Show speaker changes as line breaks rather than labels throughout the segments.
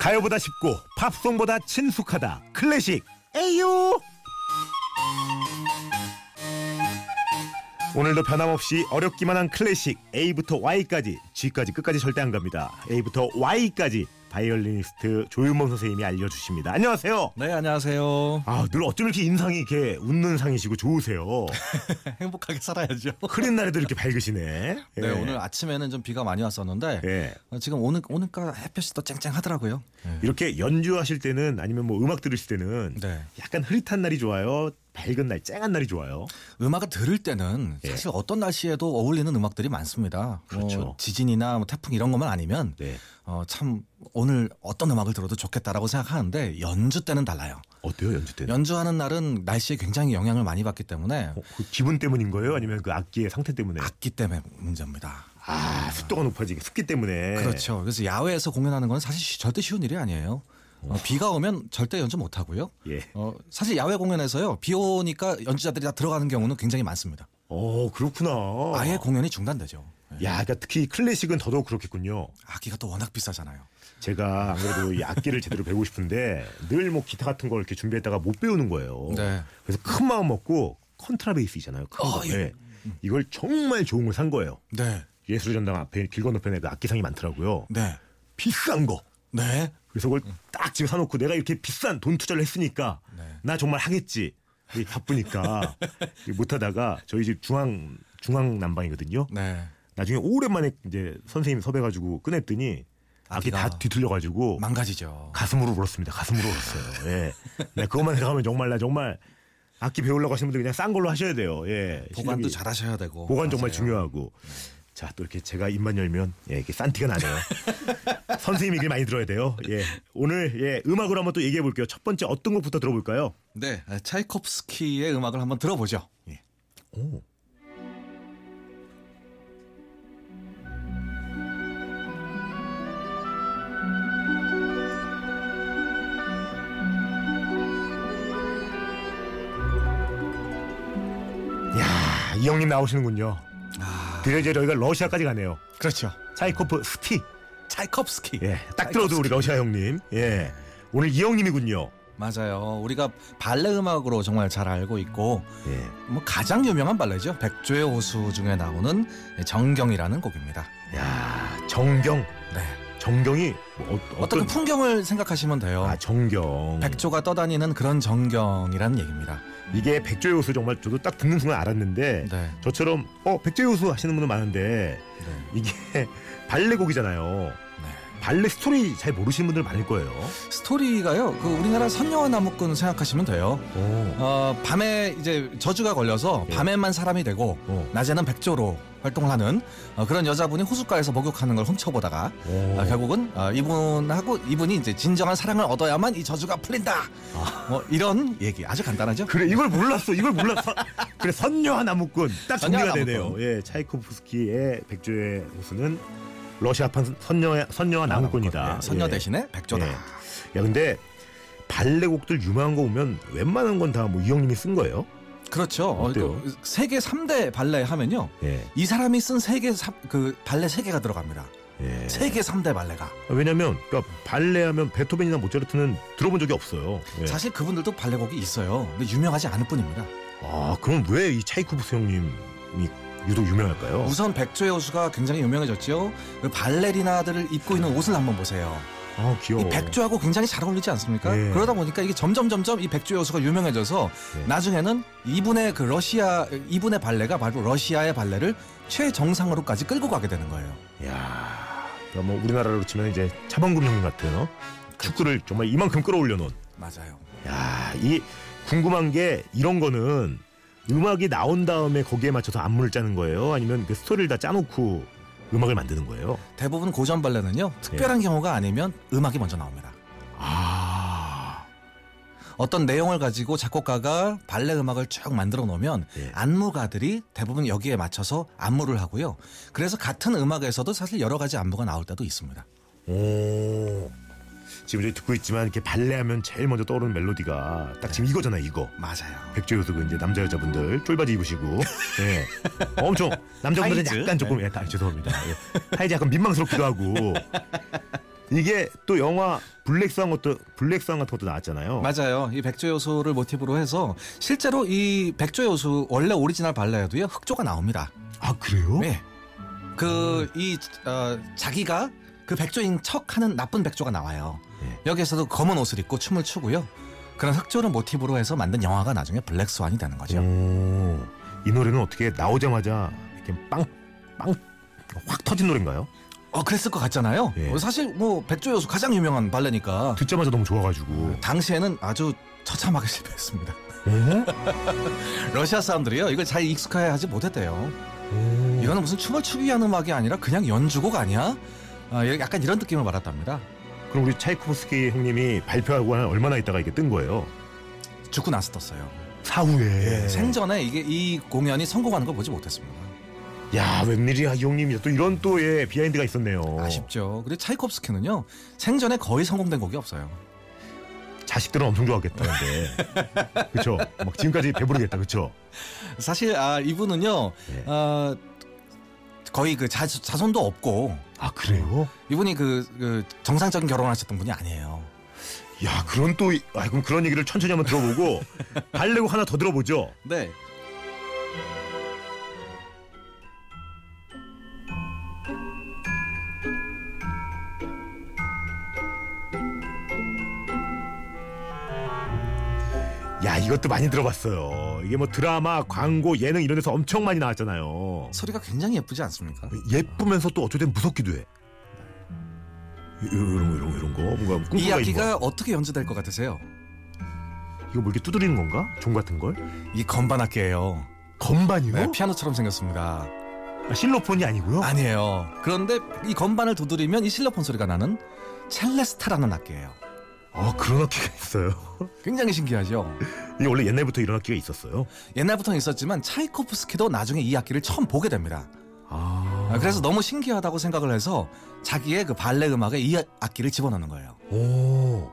가요보다 쉽고 팝송보다 친숙하다 클래식 에이요 오늘도 변함없이 어렵기만 한 클래식 A부터 Y까지 G까지 끝까지 절대 안 갑니다 A부터 Y까지 바이올리니스트 조윤범 선생님이 알려주십니다 안녕하세요
네, 안녕하세요.
아늘 어쩜 이렇게 인상이 이렇게 웃는 상이시고 좋으세요
행복하게 살아야죠.
흐린 날에도 이렇게 밝으시네 예.
네, 오늘 아침에는 좀 비가 많이 왔었는데
예.
어, 지금 오늘 오늘까 햇볕이 또 쨍쨍하더라고요. 네.
이렇게 연주하실 때는 아니면 뭐 음악 들으실 때는
네.
약간 흐릿한 날이 좋아요. 밝은 날, 쨍한 날이 좋아요.
음악을 들을 때는
예.
사실 어떤 날씨에도 어울리는 음악들이 많습니다. 뭐
그렇죠. 예.
지진이나 뭐 태풍 이런 것만 아니면
네.
어, 참 오늘 어떤 음악을 들어도 좋겠다라고 생각하는데 연주 때는 달라요.
어때요 연주 때는?
연주하는 날은 날씨에 굉장히 영향을 많이 받기 때문에
예. 어, 그 기분 때문인 거예요? 아니면 그 악기의 상태 때문에?
악기 때문에 문제입니다.
아 습도가 높아지기 습기 때문에.
그렇죠. 그래서 야외에서 공연하는 건 사실 쉬- 절대 쉬운 일이 아니에요. 어, 비가 오면 절대 연주 못 하고요.
예.
어, 사실 야외 공연에서요. 비 오니까 연주자들이 다 들어가는 경우는 굉장히 많습니다.
어 그렇구나.
아예 공연이 중단되죠. 예.
야, 그러니까 특히 클래식은 더더욱 그렇겠군요.
악기가 또 워낙 비싸잖아요.
제가 안 그래도 이 악기를 제대로 배우고 싶은데 늘 뭐 기타 같은 걸 이렇게 준비했다가 못 배우는 거예요.
네.
그래서 큰 마음 먹고 컨트라베이스 있잖아요. 큰
어,
거.
예.
예. 이걸 정말 좋은 걸 산 거예요.
네,
예술의 전당 앞에 길 건너편에 그 악기상이 많더라고요.
네,
비싼 거.
네.
그래서 그걸 딱 집에 사놓고 내가 이렇게 비싼 돈 투자를 했으니까
네.
나 정말 하겠지. 이 바쁘니까 못하다가 저희 집 중앙 중앙 난방이거든요.
네.
나중에 오랜만에 이제 선생님 섭외가지고 꺼냈더니 악기
악기가
다 뒤틀려가지고
망가지죠.
가슴으로 울었습니다. 가슴으로 울었어요. 예. 네, 그것만 생각하면 정말 나 정말 악기 배우려고 하시는 분들 그냥 싼 걸로 하셔야 돼요. 예.
보관도
실력이-
잘하셔야 되고.
보관 정말
맞아요.
중요하고 자 또 이렇게 제가 입만 열면 예, 이렇게 싼 티가 나네요. 선생님 얘기를 많이 들어야 돼요. 예, 오늘 예, 음악으로 한번 또 얘기해 볼게요. 첫 번째 어떤 곡부터 들어볼까요?
네, 차이콥스키의 음악을 한번 들어보죠. 예.
오. 야, 이 형님 나오시는군요.
아.
드디어 이제 저희가 러시아까지 가네요.
그렇죠.
차이코프 스키.
차이콥스키.
예, 딱 들어도 우리 러시아 형님. 예, 오늘 이 형님이군요.
맞아요. 우리가 발레 음악으로 정말 잘 알고 있고
예.
뭐 가장 유명한 발레죠. 백조의 호수 중에 나오는 정경이라는 곡입니다.
야, 정경.
네.
정경이 뭐 어,
어떤 그 풍경을 생각하시면 돼요.
아, 정경.
어? 백조가 떠다니는 그런 정경이라는 얘기입니다.
이게 백조의 호수 정말 저도 딱 듣는 순간 알았는데
네.
저처럼 어 백조의 호수 하시는 분들 많은데
네.
이게 발레곡이잖아요.
네.
발레 스토리 잘 모르시는 분들 많을 거예요.
스토리가요. 그 우리나라 선녀와 나무꾼 생각하시면 돼요.
오.
어, 밤에 이제 저주가 걸려서
예.
밤에만 사람이 되고
어.
낮에는 백조로 활동을 하는 어, 그런 여자분이 호숫가에서 목욕하는 걸 훔쳐보다가
오.
아, 결국은 아, 이분하고 이분이 이제 진정한 사랑을 얻어야만 이 저주가 풀린다. 뭐 이런 얘기 아주 간단하죠.
아. 그래 이걸 몰랐어. 이걸 몰랐어. 그래 선녀와 나무꾼 딱 정리가
선녀와
되네요.
나무꾼.
예, 차이코프스키의 백조의 호수는 러시아판 선녀 선녀와 나무꾼이다.
네, 선녀
예.
대신에 백조다.
예. 야 근데 발레곡들 유명한 거 보면 웬만한 건 다 뭐 이 형님이 쓴 거예요.
그렇죠. 어,
어때요?
그 세계 3대 발레 하면요.
예.
이 사람이 쓴 세계 삼- 그 발레 세개가 들어갑니다.
예.
세계 3대 발레가.
왜냐면 그러니까 발레하면 베토벤이나 모차르트는 들어본 적이 없어요. 예.
사실 그분들도 발레곡이 있어요. 근데 유명하지 않을 뿐입니다.
아 그럼 왜 이 차이코프스 형님이 유독 유명할까요?
우선 백조의 호수가 굉장히 유명해졌죠. 그 발레리나들을 입고 있는 옷을 한번 보세요.
아 귀여워.
이 백조하고 굉장히 잘 어울리지 않습니까?
예.
그러다 보니까 이게 점점 점점 이 백조 요소가 유명해져서
예.
나중에는 이분의 그 러시아 이분의 발레가 바로 러시아의 발레를 최정상으로까지 끌고 가게 되는 거예요.
야, 그러니까 뭐 우리나라로 치면 이제 차범근 형님 같은 어? 축구를 정말 이만큼 끌어올려 놓은.
맞아요.
야, 이 궁금한 게 이런 거는 음악이 나온 다음에 거기에 맞춰서 안무를 짜는 거예요? 아니면 그 스토리를 다 짜놓고 음악을 만드는 거예요?
대부분 고전 발레는요.
예.
특별한 경우가 아니면 음악이 먼저 나옵니다.
아,
어떤 내용을 가지고 작곡가가 발레 음악을 쭉 만들어 놓으면
예.
안무가들이 대부분 여기에 맞춰서 안무를 하고요. 그래서 같은 음악에서도 사실 여러 가지 안무가 나올 때도 있습니다.
오. 지금 저희 듣고 있지만 이렇게 발레하면 제일 먼저 떠오르는 멜로디가 딱 지금 이거잖아, 이거.
맞아요.
백조여서 그 이제 남자 여자분들 쫄바지 입으시고 예 엄청 남자분들은
타이즈? 네.
아, 약간 조금 예, 다- 죄송합니다 예. 타이즈 약간 민망스럽기도 하고 이게 또 영화 블랙스완 것도 블랙스완 같은 것도 나왔잖아요.
맞아요. 이 백조 요소를 모티브로 해서 실제로 이 백조 요소 원래 오리지널 발라드에 흑조가 나옵니다.
아 그래요?
네. 그이 어, 자기가 그 백조인 척하는 나쁜 백조가 나와요.
네.
여기에서도 검은 옷을 입고 춤을 추고요. 그런 흑조를 모티브로 해서 만든 영화가 나중에 블랙스완이 되는 거죠.
오, 이 노래는 어떻게 나오자마자 이렇게 빵빵 확 터진 노래인가요?
어 그랬을 것 같잖아요.
예.
어, 사실 뭐 백조 요소 가장 유명한 발레니까
듣자마자 너무 좋아가지고.
당시에는 아주 처참하게 실패했습니다.
어?
러시아 사람들이요 이걸 잘 익숙해하지 못했대요.
오.
이거는 무슨 춤을 추기 위한 음악이 아니라 그냥 연주곡 아니야? 아, 예, 약간 이런 느낌을 받았답니다.
그럼 우리 차이코프스키 형님이 발표하고 한 얼마나 있다가 이게 뜬 거예요?
죽고 나서 떴어요.
사후에.
생전에 이게 이 공연이 성공하는 걸 보지 못했습니다.
야 웬일이야 이 형님이 또 이런 또 예 비하인드가 있었네요.
아쉽죠. 그리고 차이콥스키는요 생전에 거의 성공된 곡이 없어요.
자식들은 엄청 좋아하겠다는데. 그쵸? 막 지금까지 배부르겠다. 그쵸?
사실 아 이분은요
예.
어, 거의 그 자, 자손도 없고
아 그래요?
이분이 그, 그 정상적인 결혼을 하셨던 분이 아니에요.
야 그런 또 이- 아, 그럼 그런 얘기를 천천히 한번 들어보고 발레곡 하나 더 들어보죠.
네.
야 이것도 많이 들어봤어요. 이게 뭐 드라마, 광고, 예능 이런 데서 엄청 많이 나왔잖아요.
소리가 굉장히 예쁘지 않습니까?
예쁘면서 또 어쩌면 무섭기도 해. 이- 이런 거 이런 거 이런 거 뭔가
이
꿈꾸가 있는 거.
악기가 어떻게 연주될 것 같으세요?
이거 뭐 이렇게 두드리는 건가? 종 같은 걸?
이 건반 악기예요.
건반이요?
네, 피아노처럼 생겼습니다.
아, 실로폰이 아니고요.
아니에요. 그런데 이 건반을 두드리면 이 실로폰 소리가 나는 첼레스타라는 악기예요.
아 그런 악기가 있어요.
굉장히 신기하죠.
이게 원래 옛날부터 이런 악기가 있었어요.
옛날부터는 있었지만 차이코프스키도 나중에 이 악기를 처음 보게 됩니다.
아
아, 그래서 너무 신기하다고 생각을 해서 자기의 그 발레 음악에 이 악기를 집어넣는 거예요.
오.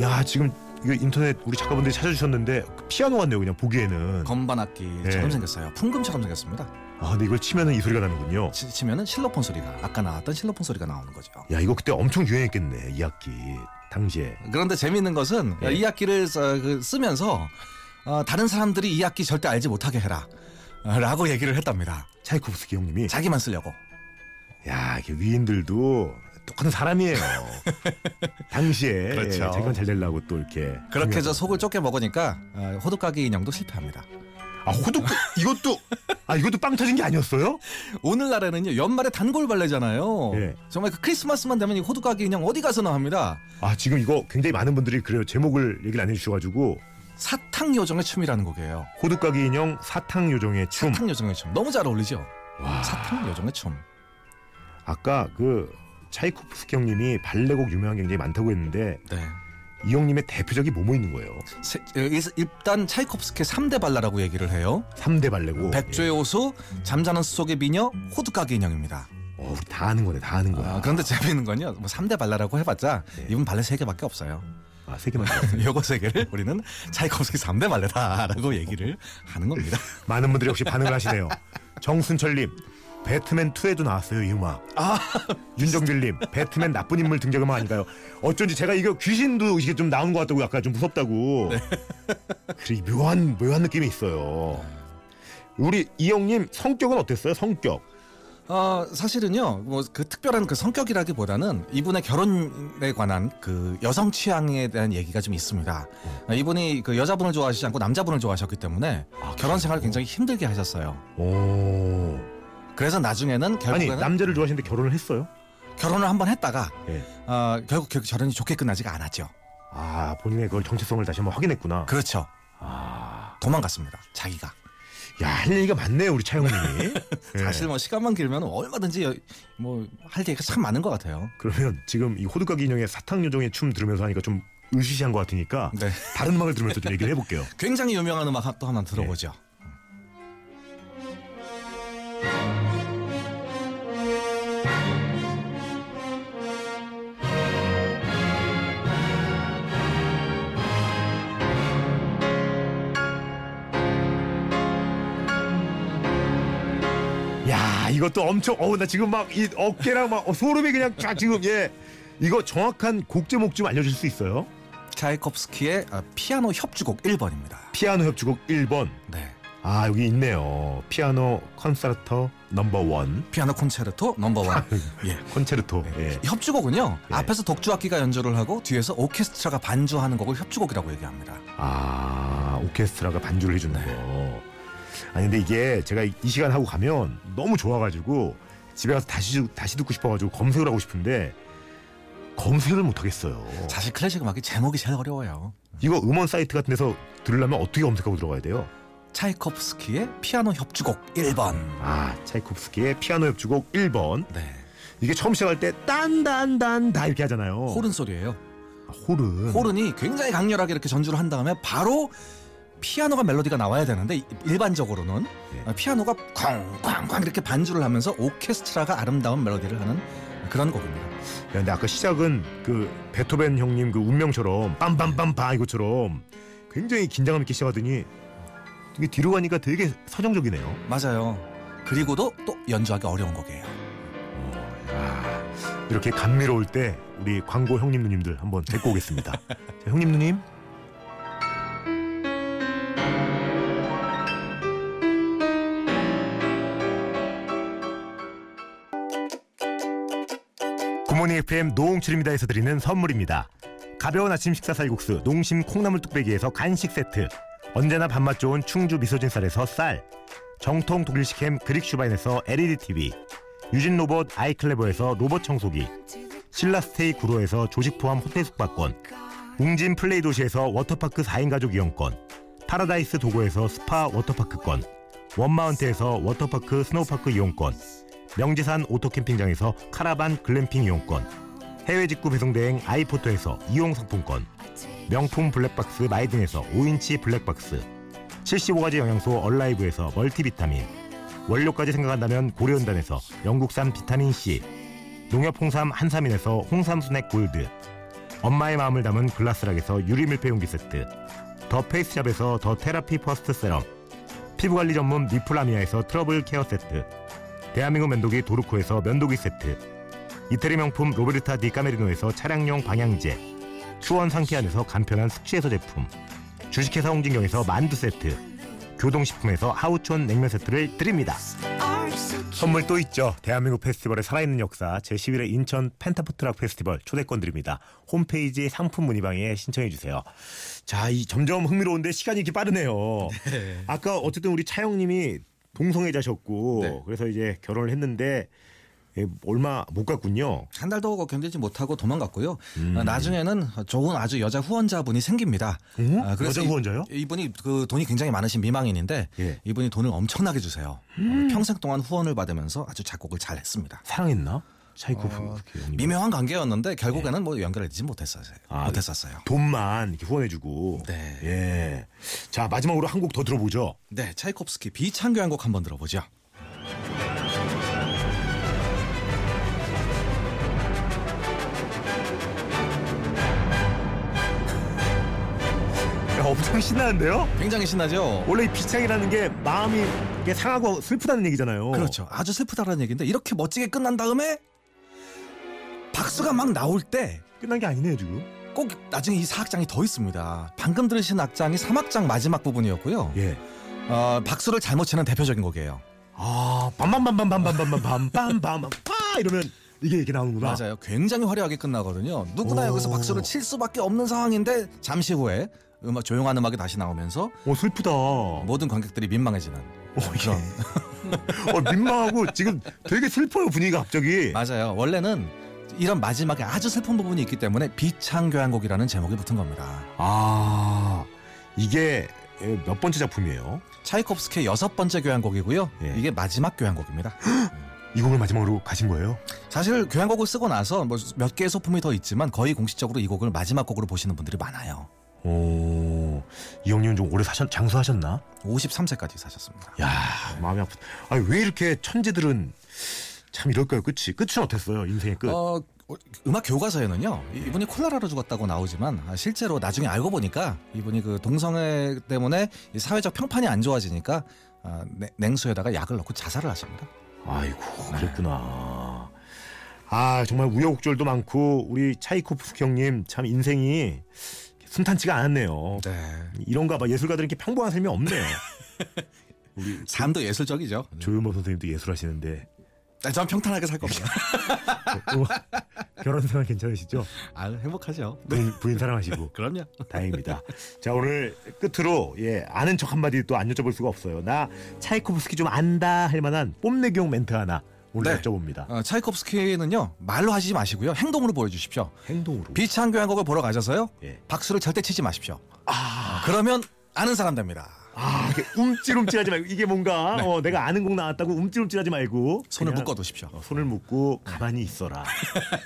야 지금 이거 인터넷 우리 작가분들이 찾아주셨는데 그 피아노 같네요 그냥 보기에는.
건반 악기처럼
네.
생겼어요. 풍금처럼 생겼습니다.
아 근데 이걸 치면은 이 소리가 나는군요.
치, 치면은 실로폰 소리가 아까 나왔던 실로폰 소리가 나오는 거죠.
야 이거 그때 엄청 유행했겠네 이 악기 당시에.
그런데 재미있는 것은
네.
이 악기를 써- 그 쓰면서 어, 다른 사람들이 이 악기 절대 알지 못하게 해라. 어, 라고 얘기를 했답니다.
차이코프스키 형님이
자기만 쓰려고.
야 이게 위인들도 똑같은 사람이에요. 당시에
그렇죠.
예, 자기만 잘 되려고 또 이렇게 중요한-
그렇게 해서 속을 좁게 먹으니까 어, 호두까기 인형도 실패합니다.
아 호두 이것도 아 이것도 빵 터진 게 아니었어요?
오늘날에는요 연말에 단골 발레잖아요.
예.
정말 그 크리스마스만 되면 이 호두까기 인형 어디 가서나 합니다.
아 지금 이거 굉장히 많은 분들이 그래요 제목을 얘기를 안 해주셔가지고
사탕 요정의 춤이라는 곡이에요.
호두까기 인형 사탕 요정의 춤.
사탕 요정의 춤 너무 잘 어울리죠.
와.
사탕 요정의 춤.
아까 그 차이코프스키 형님이 발레곡 유명한 게 굉장히 많다고 했는데
네.
이 형님의 대표작이 뭐뭐 있는 거예요?
세- 에, 일- 일단 차이콥스키 3대 발라라고 얘기를 해요.
삼대 발레곡.
백조의 호수, 잠자는 숲속의 미녀, 호두까기 인형입니다.
어, 우리 다 아는 거네, 다 아는 거야.
아, 예. 그런데 재미있는 건요. 뭐 3대 발라라고 해봤자
네.
이분 발레 3개밖에 없어요.
아, 세 개만.
요거 3개를 우리는 차이콥스키 3대 발레다라고 얘기를 하는 겁니다.
많은 분들이 역시 반응을 하시네요. 정순철님, 배트맨 2에도 나왔어요 이 음악.
아.
윤정길님, 배트맨 나쁜 인물 등장 음악 아닌가요? 어쩐지 제가 이거 귀신도 이게 좀 나온 것 같다고 약간 좀 무섭다고.
네.
그리고 이 묘한 묘한 느낌이 있어요. 우리 이 형님 성격은 어땠어요? 성격.
어, 사실은요, 뭐 그 특별한 그 성격이라기보다는 이분의 결혼에 관한 그 여성 취향에 대한 얘기가 좀 있습니다. 어, 이분이 그 여자분을 좋아하시지 않고 남자분을 좋아하셨기 때문에 결혼 생활을 굉장히 힘들게 하셨어요.
오.
그래서 나중에는 음.
아니
결국에는
남자를 좋아하시는데 결혼을 했어요?
결혼을 한번 했다가
예.
어, 결국 그 결혼이 좋게 끝나지가 않았죠.
아 본인의 그걸 정체성을 다시 한번 확인했구나.
그렇죠.
아,
도망갔습니다. 자기가.
야할 얘기가 많네요 우리 차영님이.
사실 뭐 시간만 길면 얼마든지 뭐 할 얘기가 참 많은 것 같아요.
그러면 지금 이 호두까기 인형의 사탕 요정의 춤 들으면서 하니까 좀 으시시한 것 같으니까
네.
다른 음악을 들으면서 좀 얘기를 해볼게요.
굉장히 유명한 음악 또 하나 들어보죠.
야 야 이것도 엄청 어우 나 지금 막 이 어깨랑 막 어, 소름이 그냥 쫙 지금 예 이거 정확한 곡 제목 좀 알려줄 수 있어요?
차이콥스키의 아, 피아노 협주곡 1번입니다.
피아노 협주곡 1번
네.
아 여기 있네요 피아노 콘서트 넘버 원
피아노 콘체르토 넘버 원. 예.
콘체르토
네.
예.
협주곡은요
예.
앞에서 독주 악기가 연주를 하고 뒤에서 오케스트라가 반주하는 곡을 협주곡이라고 얘기합니다.
아 오케스트라가 반주를 해주는 거 아니 근데 이게 제가 이- 이 시간 하고 가면 너무 좋아가지고 집에 가서 다시 다시 듣고 싶어가지고 검색을 하고 싶은데 검색을 못 하겠어요
사실 클래식 음악이 제목이 제일 어려워요.
이거 음원 사이트 같은 데서 들으려면 어떻게 검색하고 들어가야 돼요?
차이콥스키의 피아노 협주곡 1번.
아 차이콥스키의 피아노 협주곡 1번
네.
이게 처음 시작할 때 딴딴딴 다 이렇게 하잖아요
호른 소리예요.
아, 호른
호른이 굉장히 강렬하게 이렇게 전주를 한 다음에 바로 피아노가 멜로디가 나와야 되는데 이- 일반적으로는
네.
피아노가 쾅쾅쾅 이렇게 반주를 하면서 오케스트라가 아름다운 멜로디를 하는 그런 곡입니다.
야, 근데 아까 시작은 그 베토벤 형님 그 운명처럼 빰빰빰빰 이것처럼 굉장히 긴장감 있게 시작하더니 이게 뒤로 가니까 되게 서정적이네요.
맞아요. 그리고도 또 연주하기 어려운 곡이에요.
야, 아, 이렇게 감미로울 때 우리 광고 형님 누님들 한번 데리고 오겠습니다. 자, 형님 누님. 굿모닝 FM 노홍철입니다에서 드리는 선물입니다. 가벼운 아침 식사 쌀국수 농심 콩나물 뚝배기에서 간식 세트 언제나 밥맛 좋은 충주 미소진 쌀에서 쌀 정통 독일식 햄 그릭 슈바인에서 LED TV 유진 로봇 아이클레버에서 로봇 청소기 신라스테이 구로에서 조식 포함 호텔 숙박권 웅진 플레이 도시에서 워터파크 4인 가족 이용권 파라다이스 도고에서 스파 워터파크권 원마운트에서 워터파크 스노우파크 이용권 명지산 오토캠핑장에서 카라반 글램핑 이용권 해외 직구 배송 대행 아이포토에서 이용 상품권 명품 블랙박스 마이든에서 5인치 블랙박스 75가지 영양소 얼라이브에서 멀티비타민 원료까지 생각한다면 고려은단에서 영국산 비타민C 농협 홍삼 한삼인에서 홍삼 스낵 골드 엄마의 마음을 담은 글라스락에서 유리 밀폐용기 세트 더 페이스샵에서 더 테라피 퍼스트 세럼 피부관리 전문 니플라미아에서 트러블 케어 세트 대한민국 면도기 도르코에서 면도기 세트 이태리 명품 로베르타 디카메리노에서 차량용 방향제 수원 상쾌한에서 간편한 숙취해소 제품 주식회사 홍진경에서 만두 세트 교동식품에서 하우촌 냉면 세트를 드립니다 선물 또 있죠 대한민국 페스티벌의 살아있는 역사 제11회 인천 펜타포트락 페스티벌 초대권 드립니다 홈페이지 상품 문의방에 신청해주세요 자 이 점점 흥미로운데 시간이 이렇게 빠르네요 아까 어쨌든 우리 차영님이 동성애자셨고
네.
그래서 이제 결혼을 했는데 예, 얼마 못 갔군요
한 달도 견디지 못하고 도망갔고요.
음.
아, 나중에는 좋은 아주 여자 후원자분이 생깁니다.
어?
아, 그래서
여자 후원자요?
이, 분이그 돈이 굉장히 많으신 미망인인데
예. 음.
이분이 돈을 엄청나게 주세요. 평생 동안 후원을 받으면서 아주 작곡을 잘 했습니다.
사랑했나?
아,
차이코프스키 그 형님
미묘한 관계였는데 결국에는 뭐 연결되지 못했어요.
아,
못했었어요.
돈만 이렇게 후원해주고
네.
예. 자 마지막으로 한 곡 더 들어보죠
네, 차이콥스키 비창교향 곡 한번 들어보죠.
야, 엄청 신나는데요?
굉장히 신나죠?
원래 이 비창이라는 게 마음이 이렇게 상하고 슬프다는 얘기잖아요.
그렇죠. 아주 슬프다라는 얘기인데 이렇게 멋지게 끝난 다음에 박수가 막 나올 때
끝난 게 아니네요 지금.
꼭 나중에 이 사악장이 더 있습니다. 방금 들으신 악장이 삼악장 마지막 부분이었고요.
예.
어, 박수를 잘못 치는 대표적인 곡이에요.
아 빰빰빰빰빰빰빰빰빰빰빰 파 이러면 이게 이렇게 나오는구나.
맞아요. 굉장히 화려하게 끝나거든요. 누구나
오.
여기서 박수를 칠 수밖에 없는 상황인데 잠시 후에 음악 조용한 음악이 다시 나오면서
어 슬프다. 어,
모든 관객들이 민망해지는 그런
어, 민망하고 지금 되게 슬퍼요 분위기가 갑자기.
맞아요. 원래는 이런 마지막에 아주 슬픈 부분이 있기 때문에 비창교향곡이라는 제목이 붙은 겁니다.
아 이게 몇 번째 작품이에요?
차이콥스키의 여섯 번째 교향곡이고요.
예.
이게 마지막 교향곡입니다.
이 곡을 마지막으로 가신 거예요?
사실 교향곡을 쓰고 나서 뭐 몇 개의 소품이 더 있지만 거의 공식적으로 이 곡을 마지막 곡으로 보시는 분들이 많아요.
오, 이 형님은 좀 오래 사셨 장수하셨나?
53세까지 사셨습니다.
야 마음이 아프다. 아니 왜 이렇게 천재들은 참 이럴까요? 끝이 끝은 어땠어요? 인생의 끝.
어, 어, 음악 교과서에는요 이- 이분이 콜라라로 죽었다고 나오지만 아, 실제로 나중에 알고 보니까 이분이 그 동성애 때문에 이 사회적 평판이 안 좋아지니까 아, 냉- 냉수에다가 약을 넣고 자살을 하십니다.
아이고 그랬구나. 아 정말 우여곡절도 많고 우리 차이코프스키 형님 참 인생이 순탄치가 않았네요.
네.
이런가 봐 예술가들은 이렇게 평범한 삶이 없네요.
삶도 예술적이죠.
조윤모 선생님도 예술하시는데
네, 전 평탄하게 살 겁니다.
어, 결혼 생활 괜찮으시죠?
아, 행복하죠.
부인, 부인 사랑하시고
그럼요.
다행입니다. 자 오늘 끝으로 예 아는 척 한마디 또 안 여쭤볼 수가 없어요. 나 차이코프스키 좀 안다 할 만한 뽐내기용 멘트 하나 오늘
네.
여쭤봅니다.
어, 차이콥스키는요 말로 하시지 마시고요 행동으로 보여주십시오.
행동으로.
비창 교향곡을 보러 가셔서요
예.
박수를 절대 치지 마십시오. 어, 그러면 아는 사람 됩니다.
아, 이게 움찔움찔하지 말고 이게 뭔가
네.
어, 내가 아는 곡 나왔다고 움찔움찔하지 말고
손을
그냥,
묶어 두십시오.
어, 손을 묶고 가만히 있어라.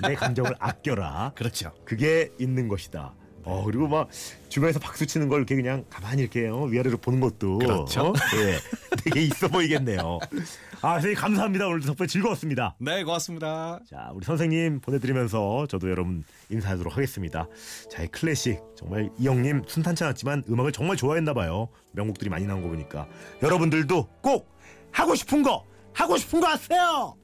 내 감정을 아껴라.
그렇죠.
그게 있는 것이다. 어 그리고 막 주변에서 박수 치는 걸 이렇게 그냥 가만히 이렇게 어, 위아래로 보는 것도
그렇죠.
어? 예, 되게 있어 보이겠네요. 아 선생님 감사합니다. 오늘도 덕분에 즐거웠습니다.
네 고맙습니다.
자, 우리 선생님 보내드리면서 저도 여러분 인사하도록 하겠습니다. 자, 이 클래식 정말 이영님 순탄치 않았지만 음악을 정말 좋아했나 봐요. 명곡들이 많이 나온 거 보니까 여러분들도 꼭 하고 싶은 거 하고 싶은 거 하세요.